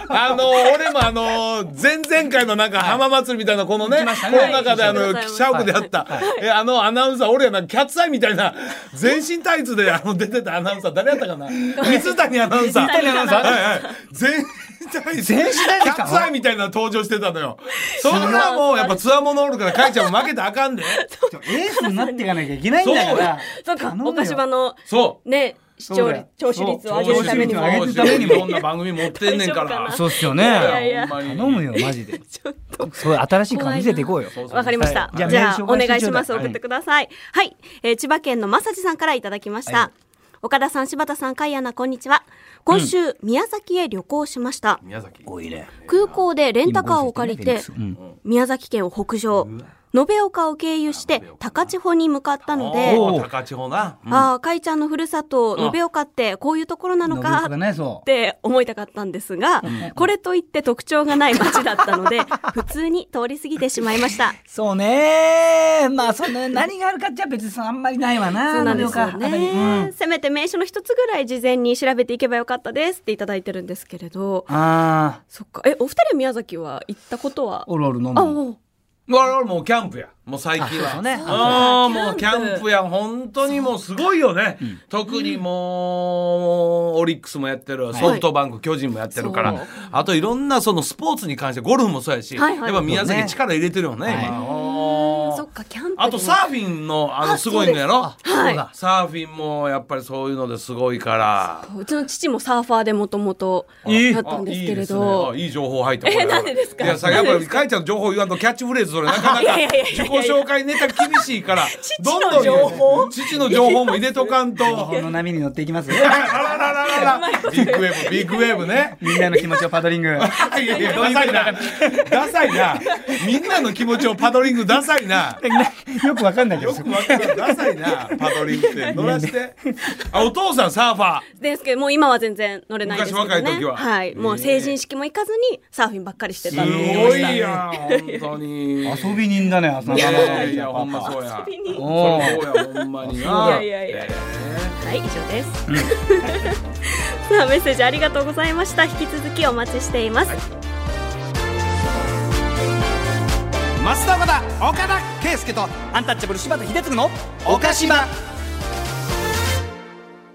Speaker 1: あの俺もあの前々回のなんか浜祭りみたいなこのね、
Speaker 2: 行きました
Speaker 1: こ
Speaker 2: ね
Speaker 1: の中で
Speaker 3: はい
Speaker 1: あの
Speaker 3: はい
Speaker 1: 社屋であった、えあのアナウンサー俺やなキャッツアイみたいな全身タイツであの出てたアナウンサー誰やったかな水谷アナウンサー
Speaker 3: 水谷アナウンサー
Speaker 1: はいはい全身タイツ
Speaker 2: 全身タイツ
Speaker 1: キ
Speaker 2: か
Speaker 1: ャッツアイみたいな登場してたのよそんなもうやっぱつわものおるからかいちゃんも負けたらあかんで
Speaker 2: エースになっていかなきゃいけないんだから
Speaker 3: そうか
Speaker 2: 頼、むよ
Speaker 3: お菓子場の、
Speaker 1: そう
Speaker 3: ね、視
Speaker 2: そう
Speaker 3: 聴
Speaker 2: だ
Speaker 3: 率
Speaker 2: よ、
Speaker 3: 聴取率を上げるためにも。
Speaker 2: そう
Speaker 3: ち
Speaker 2: 聴取率を
Speaker 1: こ
Speaker 2: 上げるためにも
Speaker 1: んな番組持ってんねんか
Speaker 3: 大丈夫
Speaker 1: ら
Speaker 3: かな
Speaker 2: そうっすよ
Speaker 3: いやい
Speaker 2: ね
Speaker 3: や
Speaker 1: ほんまに
Speaker 2: 頼むよマジで
Speaker 3: ょっと。
Speaker 2: そう新しい顔見せていこうよ
Speaker 3: わかりました。
Speaker 2: はい
Speaker 3: じゃあ、
Speaker 2: じゃあメール
Speaker 3: お
Speaker 2: 紹介して
Speaker 3: 願いします。
Speaker 2: ちょうだい
Speaker 3: 送ってください。はい、えー千葉県のまさじさんからいただきました。
Speaker 2: は
Speaker 3: 岡田さん、柴田さん、海アナ、こんにちは。今週、宮崎へ旅行しました。
Speaker 1: 宮崎
Speaker 2: 多いね
Speaker 3: 空港でレンタカーを借りて、
Speaker 2: うん
Speaker 3: 宮崎県を北上。延岡を経由して高千穂に向かったので、
Speaker 1: おー高千穂な
Speaker 3: ああ、かいちゃんのふるさと、延岡ってこういうところなの
Speaker 2: 伸び
Speaker 3: か
Speaker 2: とかねそ
Speaker 3: っ
Speaker 2: う
Speaker 3: て思いたかったんですが、これといって特徴がない街だったので、普通に通り過ぎてしまいました。
Speaker 2: そうねまあそ の何があるかじゃ別にあんまりないわな
Speaker 3: そうなんですよ
Speaker 2: 延岡あたりうん
Speaker 3: ね。せめて名所の一つぐらい事前に調べていけばよかったですっていただいてるんですけれど、
Speaker 2: ああ
Speaker 3: そっか。え、お二人は宮崎は行ったことは
Speaker 2: おるおる飲
Speaker 3: あ、
Speaker 2: む
Speaker 3: おう
Speaker 1: 我々もうキャンプやもう最近
Speaker 2: そう
Speaker 1: は
Speaker 2: ね
Speaker 1: ああ
Speaker 3: そう
Speaker 1: もうキ
Speaker 3: キ
Speaker 1: ャ
Speaker 3: ャンプ
Speaker 1: ンプや本当にもうすごいよね特にもうオリックスもやってるソフトバンク巨人もやってるか
Speaker 3: そ
Speaker 1: ら
Speaker 3: う
Speaker 1: あといろんなそのスポーツに関してゴルフもそうやしや
Speaker 3: は
Speaker 1: っ
Speaker 3: いはい
Speaker 1: ぱ宮
Speaker 2: そう
Speaker 1: 崎
Speaker 2: ね
Speaker 1: 力入れてるよね
Speaker 2: はい
Speaker 1: 今
Speaker 3: そっか、キャンプでも。
Speaker 1: あとサーフィンのあのすごいのやろ
Speaker 2: そう
Speaker 3: は
Speaker 2: だ
Speaker 1: サーフィンもやっぱりそういうのですごいから
Speaker 3: い。うちの父もサーファーでもともと
Speaker 1: いい
Speaker 3: だったんですけ
Speaker 1: あい
Speaker 3: れ
Speaker 1: いです
Speaker 3: ど
Speaker 1: ね、あいい情報入った。
Speaker 3: え
Speaker 1: これ
Speaker 3: なんでですか
Speaker 1: いや、さ、やっぱり、かいちゃんの情報言わんと、キャッチフレーズ、それ、なかなか。
Speaker 3: いやいやいやいや
Speaker 1: 自己紹介ネタ厳しいから。
Speaker 3: の
Speaker 1: どんどん言う
Speaker 3: 情報
Speaker 1: 父の情報も入れとかんと。
Speaker 2: この波に乗っていきます
Speaker 1: あらららららビッグウェーブ、ビッグウェーブね。
Speaker 2: みんなの気持ちをパドリング
Speaker 1: いやいや、ダサいな。ダサいな。みんなの気持ちをパドリング、ダサいな。
Speaker 2: よくわかんないけど
Speaker 1: よくわからん、ダサいな。パドリングって、乗らして。あ、お父さん、サーファー。
Speaker 3: ですけどもう今は全然乗れないですけどね
Speaker 1: 昔若い時はい
Speaker 3: もう成人式も行かずにサーフィンばっかりして
Speaker 1: す
Speaker 3: たんで
Speaker 1: ごいやん、本当に。
Speaker 2: 遊び人だね浅
Speaker 1: い
Speaker 2: 田
Speaker 1: やいやいや、ほんまそうや。
Speaker 2: おー
Speaker 1: そうやほんまにな。
Speaker 3: いやいやいやはい、以上です。 さあ、メッセージありがとうございました。引き続きお待ちしています。
Speaker 2: 増田岡田岡田圭介とアンタッチャブル柴田秀嗣の岡島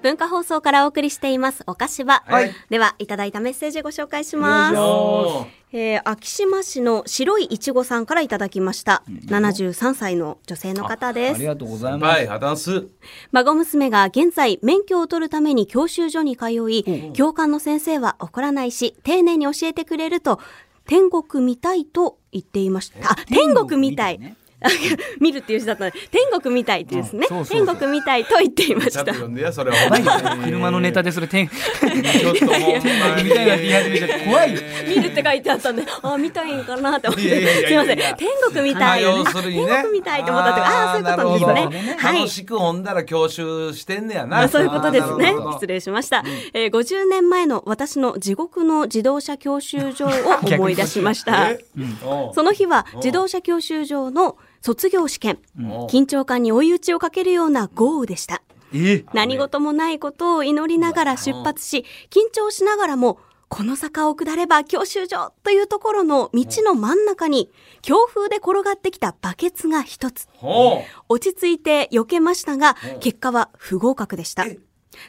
Speaker 3: 文化放送からお送りしています、おかしば。
Speaker 1: はい
Speaker 3: では、いただいたメッセージご紹介し
Speaker 1: お願いし
Speaker 3: ます。
Speaker 1: ま
Speaker 3: えー、昭島市の白いいちごさんからいただきました。73歳の女性の方
Speaker 2: あ
Speaker 3: で
Speaker 2: り
Speaker 3: す。
Speaker 2: がとうござい
Speaker 1: す
Speaker 2: ま
Speaker 1: は
Speaker 2: す
Speaker 1: い、話す。
Speaker 3: 孫娘が現在免許を取るために教習所に通い、教官の先生は怒らないし、丁寧に教えてくれると、天国みたいと言っていました。あ、天国みたい。
Speaker 2: 天国みたいね
Speaker 3: 見るっていう字だったので天国みたいっていうですね、
Speaker 1: うんそうそうそう
Speaker 3: 天国みたいと言っていま
Speaker 1: ち
Speaker 3: し
Speaker 1: ゃんと
Speaker 3: た
Speaker 1: 読んでやそれはほんまに
Speaker 2: 車のネタでそれ天
Speaker 1: ちょっともうほんまに
Speaker 2: みたいな言い始めちゃって怖いよ
Speaker 3: 見るって書いてあったんであ見たいんかなと思って
Speaker 1: いやいやいや
Speaker 3: すいません天国みたい、
Speaker 1: 要するにね
Speaker 3: 天国みたいと思ったってああーそういうことなんです
Speaker 1: な
Speaker 3: ね
Speaker 1: るほど
Speaker 3: はい
Speaker 1: 楽しく飲んだら教習してんねやな、
Speaker 3: まあ、そういうことです
Speaker 1: あーな
Speaker 3: ね
Speaker 1: るほど。
Speaker 3: 失礼しました、えー50年前の私の地獄の自動車教習所を思い出しました。
Speaker 1: えうん
Speaker 3: その日は自動車教習所の卒業試験。
Speaker 1: ん
Speaker 3: 緊張感に追い打ちをかけるような豪雨でした。
Speaker 2: え
Speaker 3: 何事もないことを祈りながら出発し、緊張しながらも、この坂を下れば教習所というところの道の真ん中に、強風で転がってきたバケツが一つ。
Speaker 1: ほ
Speaker 3: 落ち着いて避けましたが、結果は不合格でした。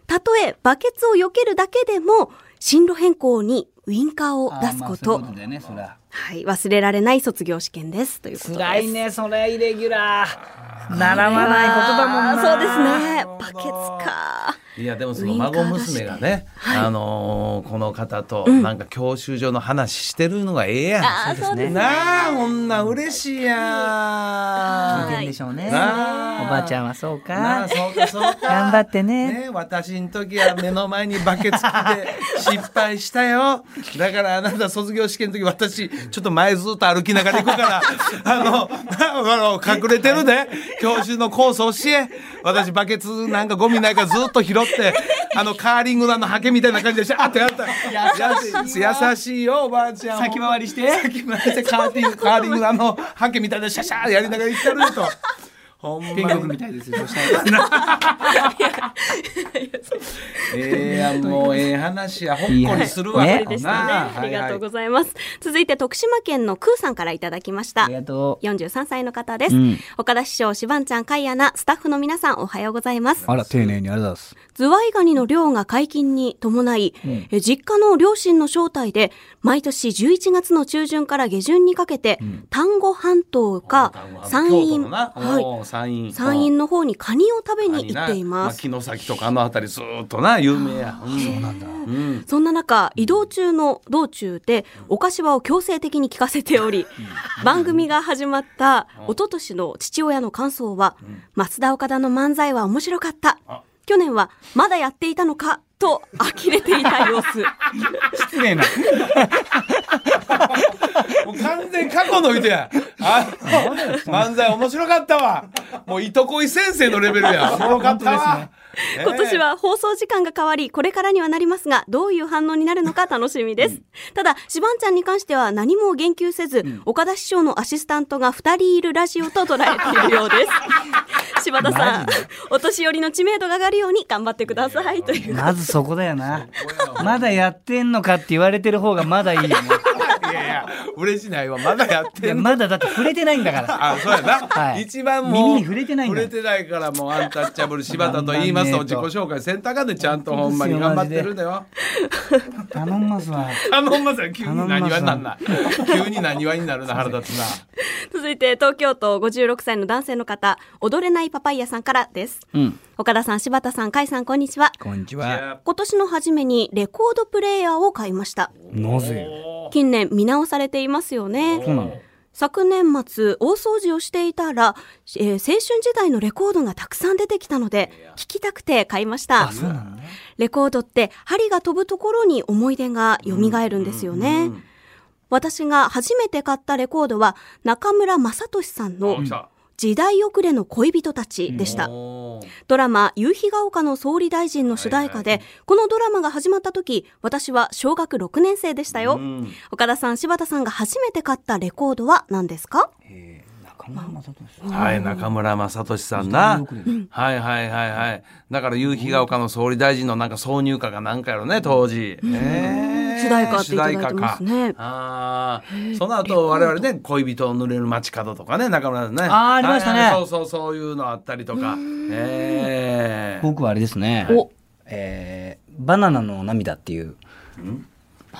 Speaker 3: たとえバケツを避けるだけでも、進路変更にウインカーを出すこと。
Speaker 2: だよねそりゃ
Speaker 3: はい、忘れられない卒業試験です。ということです。
Speaker 2: 辛いねそれイレギュラー習わないことだもんな
Speaker 3: そうですね。バケツか。
Speaker 1: ういやでもその孫娘がね、あのーこの方となんか教習所の話してるのがええやん、
Speaker 3: ああ、そうですね。
Speaker 1: なあこんなん嬉しいやん
Speaker 2: 危険でしょうねお
Speaker 1: なあ
Speaker 2: ばあちゃんはそう
Speaker 1: なあ
Speaker 2: か
Speaker 1: そうかそうか
Speaker 2: 頑張ってね
Speaker 1: ね私ん時は目の前にバケツ来て失敗したよだからあなた卒業試験の時私ちょっと前ずっと歩きながら行くからあのなあの隠れてるで教習のコース教え私バケツなんかゴミないからずっと拾ってあのカーリングのあのハケみたいな感じでシャーってやった優しい優しいよおばあちゃん
Speaker 2: 先回りして
Speaker 1: 先回りしてカーティングカーリングのあのハケみたいなシャシャーやりながら行ってるよと。ほんまに
Speaker 2: 天国みたいですよそしたら
Speaker 1: ええやんもうええ話やほっこりするわ
Speaker 2: いいね
Speaker 1: な
Speaker 3: でしたね。ありがとうございます。続いて徳島県のクーさんからいただきました
Speaker 2: あり。がとう
Speaker 3: 43歳の方です、
Speaker 2: ん
Speaker 3: 岡田師匠、しばんちゃん、かいやな、スタッフの皆さん、おはようございます。
Speaker 4: あら、丁寧にありがとうございます。
Speaker 3: ズワイガニの漁が解禁に伴い、え実家の両親の招待で、毎年11月の中旬から下旬にかけて、丹後半島か山陰、はい、
Speaker 1: い、山陰
Speaker 3: 山陰の方にカニを食べに行ってい
Speaker 1: ま
Speaker 3: ま
Speaker 1: あ、
Speaker 3: す。
Speaker 1: 木の先とかあの辺りずーっとな有名 や、うん、そうなんだ、うん、
Speaker 3: そんな中、移動中の道中で、お菓子はを強制的に聞かせており、番組が始まった、一昨年の父親の感想は、増田岡田の漫才は面白かった。去年は、まだやっていたのか、と呆れていた様子。
Speaker 2: 失礼な
Speaker 1: もう完全に過去の人やあの漫才面白かったわもういとこい先生のレベルや面白かったわ
Speaker 3: 今年は放送時間が変わり、これからにはなりますが、どういう反応になるのか楽しみです。ただ、シバンちゃんに関しては何も言及せず、岡田師匠のアシスタントが2人いるラジオと捉えているよう です。柴田さん、お年寄りの知名度が上がるように頑張ってくださいという。
Speaker 2: まずそこだよなまだやってんのかって言われてる方がまだいいよね
Speaker 1: えいやいや嬉しないわまだやっ
Speaker 2: い
Speaker 1: て
Speaker 2: や
Speaker 1: んの
Speaker 2: まだだって触れてないんだから
Speaker 1: あそうやな、
Speaker 2: はい
Speaker 1: 一番もう
Speaker 2: 耳に触れてないんだ
Speaker 1: 触れてないからもうアンタッチャブル柴田と言いますと
Speaker 2: 頑
Speaker 1: 自己
Speaker 2: 張んねえと
Speaker 1: 紹介センターカーでちゃんとほ
Speaker 2: 本
Speaker 1: ん
Speaker 2: 当
Speaker 1: ま
Speaker 2: で
Speaker 1: に
Speaker 2: すよ
Speaker 1: 頑張ってるんだよ
Speaker 2: 頼んますわ
Speaker 1: 頼んますよ急に
Speaker 2: 頼んま
Speaker 1: 何話
Speaker 2: す
Speaker 1: になんな急に何話になるな腹立つな
Speaker 3: 続いて、東京都56歳の男性の方、踊れないパパイヤさんからです。
Speaker 2: うん
Speaker 3: 岡田さん、柴田さん、甲斐さん、こんにちは。
Speaker 4: こんにち
Speaker 1: い
Speaker 4: は。
Speaker 1: や
Speaker 3: 今年の初めにレコードプレイヤーを買いました。
Speaker 2: なぜ
Speaker 3: 近年見直されていますよね。
Speaker 2: そうなの
Speaker 3: 昨年末、大掃除をしていたら、えー青春時代のレコードがたくさん出てきたので、聴きたくて買いました。レコードって、針が飛ぶところに思い出が蘇るんですよね。私が初めて買ったレコードは、中村雅俊さんの
Speaker 1: あ来た
Speaker 3: 時代遅れの恋人たちでした。
Speaker 1: おー
Speaker 3: ドラマ、夕日が丘の総理大臣の主題歌で、このドラマが始まった時、私は小学6年生でしたよ。岡田さん、柴田さんが初めて買ったレコードは何ですか
Speaker 2: 中村雅俊
Speaker 1: はい中村雅俊さんなはいはいはいはいだから夕日が丘の総理大臣のなんか挿入歌かなんかやろね当時ねえ
Speaker 3: 主題歌っていただいてますね
Speaker 1: 主題歌かあーその後我々ね恋人を濡れる街角とかね中村さんね
Speaker 2: あーありましたね
Speaker 1: はいそうそうそういうのあったりとかええ
Speaker 2: 僕はあれですね、えーバナナの涙っていう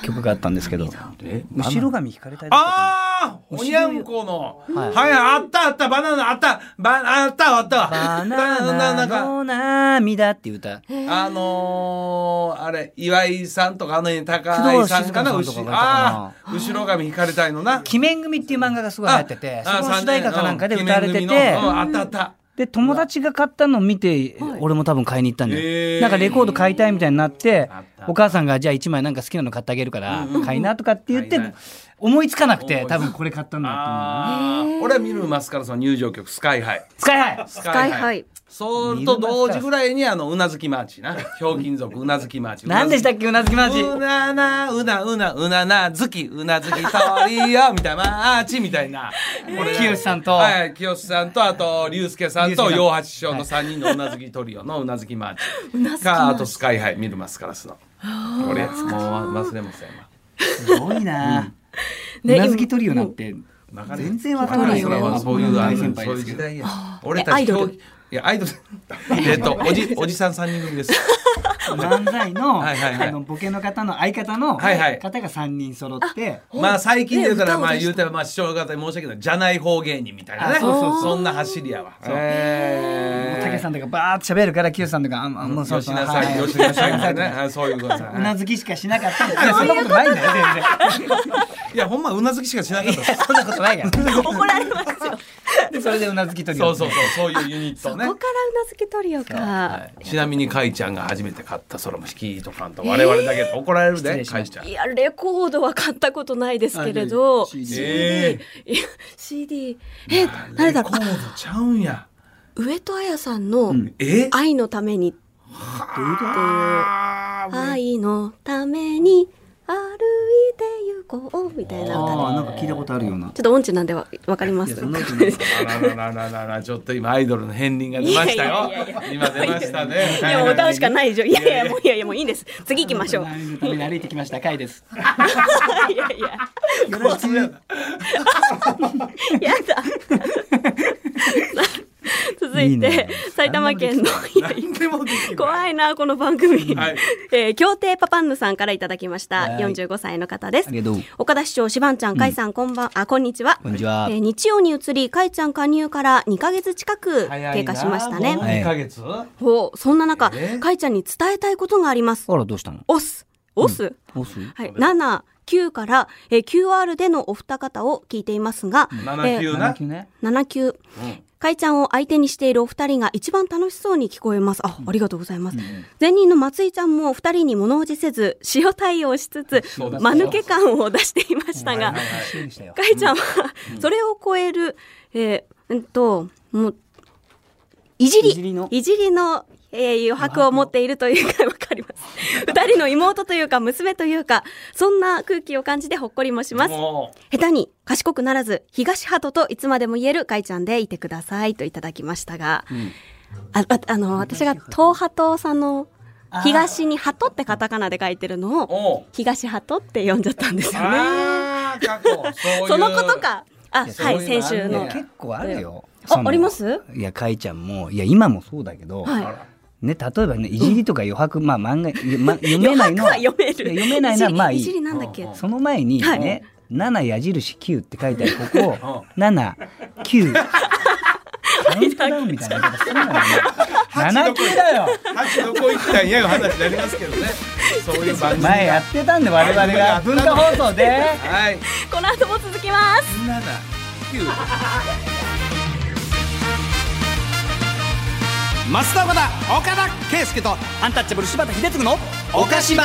Speaker 2: 曲があったんですけど
Speaker 1: え
Speaker 2: 後ろ髪引かれたりとか
Speaker 1: ああおにゃんこの、
Speaker 2: は
Speaker 1: はいい、あったあった、バナナあった、バあったあった。
Speaker 2: バ
Speaker 1: バ
Speaker 2: ナナ
Speaker 1: ナが
Speaker 2: の涙っていう歌
Speaker 1: あのー、あれ、岩井さんとか、あの辺、高井さんかな、
Speaker 2: 工藤
Speaker 1: 後
Speaker 2: 静香さんとか
Speaker 1: ろ、
Speaker 2: が
Speaker 1: ああ、後ろ髪引かれたいのな。
Speaker 2: 「鬼面組」っていう漫画がすごい流行ってて
Speaker 1: ああ
Speaker 2: その主題歌かなんかで歌われて
Speaker 1: 三年
Speaker 2: て
Speaker 1: 組のうんあったあった。
Speaker 2: で友達が買ったのを見て俺も多分買いに行ったんだ
Speaker 1: へ
Speaker 2: よ
Speaker 1: ー
Speaker 2: なんかレコード買いたいみたいになって
Speaker 1: あった
Speaker 2: お母さんがじゃあ1枚なんか好きなの買ってあげるから買いなとかって言って
Speaker 1: はいはい
Speaker 2: 思いつかなくて
Speaker 1: 思いつ
Speaker 2: 多分これ買ったんだと思う
Speaker 1: ああ、俺はミルマスカラさんの入場曲、スカイハイ。
Speaker 2: スカイハイ
Speaker 1: ス
Speaker 3: カイハイ。
Speaker 1: それと同時ぐらいに、あの、うなずきマーチな。ひょうきん族、うなずきマーチ。
Speaker 2: 何でしたっけうなずきマーチ
Speaker 1: うなな、うなうな、うなな、ずき、うなずき、鳥 よ、みたいな、マーチ、みたいな。これ
Speaker 2: 清さんと
Speaker 1: はい、清さんと、あと、龍介さんと、
Speaker 2: 龍介さん
Speaker 1: 洋八師匠の3人のうなずきトリオのうなずきマーチ。か、あと、スカイハイ、ミルマスカラスの。これやつ、もう忘れません。
Speaker 2: すごいなう
Speaker 3: ね
Speaker 2: なずきトリオなんて
Speaker 1: 今流れ
Speaker 2: 全然わからない
Speaker 1: それはそういう、あ
Speaker 2: 大
Speaker 1: の
Speaker 2: 先輩
Speaker 1: そう
Speaker 2: で
Speaker 1: いう
Speaker 2: すけ
Speaker 1: 時
Speaker 2: ど
Speaker 1: 代や。俺
Speaker 3: え
Speaker 1: た
Speaker 3: アイ
Speaker 1: ち、
Speaker 3: ド
Speaker 1: ひょ
Speaker 3: ル
Speaker 1: ういや、アイドル。 えっと、おじ、おじさん3人組です。
Speaker 2: 漫才の
Speaker 1: はいはいはい
Speaker 2: あのボケの方の相方の
Speaker 1: はいはい
Speaker 2: 方が三人揃って
Speaker 1: まあ最近で言うたら
Speaker 3: ね
Speaker 1: まあ
Speaker 3: 歌を出し
Speaker 1: 言うたらまあ師匠方に申し訳ないじゃない方芸人みたいな
Speaker 2: あ
Speaker 1: ね
Speaker 2: そうそう
Speaker 1: そんな走りやわ
Speaker 2: もう
Speaker 1: え
Speaker 2: 竹さんとかバーッと喋るから清さんとかあんあんもうそうそ
Speaker 1: 吉
Speaker 2: う
Speaker 1: 田さん
Speaker 2: はい
Speaker 1: 吉田さんみたいなねはいそういうこと
Speaker 2: うな
Speaker 1: ね
Speaker 2: ずきしかしなかった。いや、そんなことないんだよ、全然。
Speaker 1: いやほんまうなずきしかしなかったです
Speaker 2: そんなことないか ら。
Speaker 3: 怒られますよ。
Speaker 2: で、それでうなずき取り。
Speaker 1: そうそうそうそういうユニット
Speaker 3: ここ
Speaker 1: ね
Speaker 3: からうなずきトリオ
Speaker 1: は
Speaker 3: か。
Speaker 1: いちなみにかいちゃんが初めて買ったそれも引きとかんと我々だけど怒られる
Speaker 2: 失
Speaker 1: で
Speaker 2: 礼し
Speaker 1: か
Speaker 2: ま
Speaker 1: い
Speaker 2: し
Speaker 1: ちゃん
Speaker 3: いや、レコードは買ったことないですけれど、
Speaker 2: あで
Speaker 3: CD、
Speaker 1: え
Speaker 3: いや CD、え、誰だろ
Speaker 1: レ
Speaker 3: う
Speaker 1: コードちゃうんや
Speaker 3: あ、上戸彩さんの
Speaker 1: え
Speaker 3: 愛のために、
Speaker 1: あー
Speaker 3: 愛のために歩いて行こうみたいな歌で
Speaker 2: ああ、なんか聞いたことあるような。
Speaker 3: ちょっと音痴なんでわわかります。
Speaker 1: あららららららちょっと今アイドルの片鱗が出ましたよ
Speaker 3: いやいやいや
Speaker 1: 今出ましたね
Speaker 3: いやもう歌うしかないでしょ。いやいやもういやいやもういいです。次行きましょう。
Speaker 2: 愛のために歩いてきました、かいです。
Speaker 3: いやい
Speaker 2: よ
Speaker 3: や
Speaker 2: ろしく。
Speaker 3: やだ。さ続い
Speaker 2: いいね
Speaker 3: て埼玉県のいやいや
Speaker 1: 何でもできる
Speaker 3: 怖いなこの番組。
Speaker 1: はい
Speaker 3: えー協定パパンヌさんからいただきました。
Speaker 2: はい
Speaker 3: 45歳の方です
Speaker 2: あ。りがとう。
Speaker 3: 岡田市長、しばんちゃん、かいさん、こんばん、あ、こんにちは。
Speaker 2: こんにちは
Speaker 3: えー日曜に移り、かいちゃん加入から2ヶ月近く
Speaker 1: 早
Speaker 3: 経
Speaker 1: いな
Speaker 3: 過しましたね。
Speaker 1: もう二ヶ月、
Speaker 3: ほう、そんな中、
Speaker 1: えー
Speaker 3: かいちゃんに伝えたいことがあります。
Speaker 2: あら、どうしたの。
Speaker 3: オス、オス、
Speaker 2: 押す。
Speaker 3: はい、7、9から、えー QR でのお二方を聞いていますが、
Speaker 1: 七
Speaker 3: えー
Speaker 1: 級
Speaker 2: な
Speaker 1: な、
Speaker 2: きね。
Speaker 3: 7、9、かいちゃんを相手にしているお二人が一番楽しそうに聞こえます。あ、ありがとうございます。前任の松井ちゃんも二人に物おじせず、塩対応しつつ
Speaker 1: う、です
Speaker 3: 間抜け感を出していましたが、
Speaker 2: 一緒でしたよ。
Speaker 3: かいちゃんは、それを超える、えー、うんと、もう、いじり、
Speaker 2: いじりの
Speaker 3: いじりのえー余白を持っているというか、わかります。二人の妹というか、娘というか、そんな空気を感じてほっこりもします。
Speaker 1: も
Speaker 3: 下手に賢くならず、東鳩といつまでも言えるかいちゃんでいてくださいといただきましたが、あああの、私が東鳩さんの東に鳩ってカタカナで書いてるの
Speaker 1: う
Speaker 3: を、
Speaker 1: おう
Speaker 3: 東鳩って呼んじゃったんですよね。
Speaker 1: あー過去そういう
Speaker 3: そのことか。あ、
Speaker 1: そう
Speaker 3: は
Speaker 1: いう
Speaker 3: い、
Speaker 1: の
Speaker 3: 先週
Speaker 1: あん
Speaker 3: の
Speaker 1: ね。
Speaker 2: 結構あるよ。
Speaker 3: あ
Speaker 2: その
Speaker 3: あります
Speaker 2: いや、かいちゃんも、いや、今もそうだけど。
Speaker 3: はい
Speaker 2: ね、例えばね、いじりとか余白、まあ、漫画、いやま読めないの。
Speaker 3: 余 白は読める。
Speaker 2: いや読めないのは、まあ、い
Speaker 3: いじり
Speaker 2: い
Speaker 3: いじり。なんだっけ。
Speaker 2: その前に
Speaker 3: はい
Speaker 2: ね、七矢印九って書いてあるここ
Speaker 1: う、
Speaker 2: 七九。カウントダウンみたいな言い方するなよね。七九だよ。
Speaker 1: 八どこ行ったんやいう話になりますけどねそういう番組
Speaker 2: 前やってたんで我々が文化放送で。
Speaker 1: はい
Speaker 3: この後も続きます。
Speaker 1: 七九
Speaker 2: 増田岡田岡田圭介とアンタッチャブル柴田秀嗣の岡島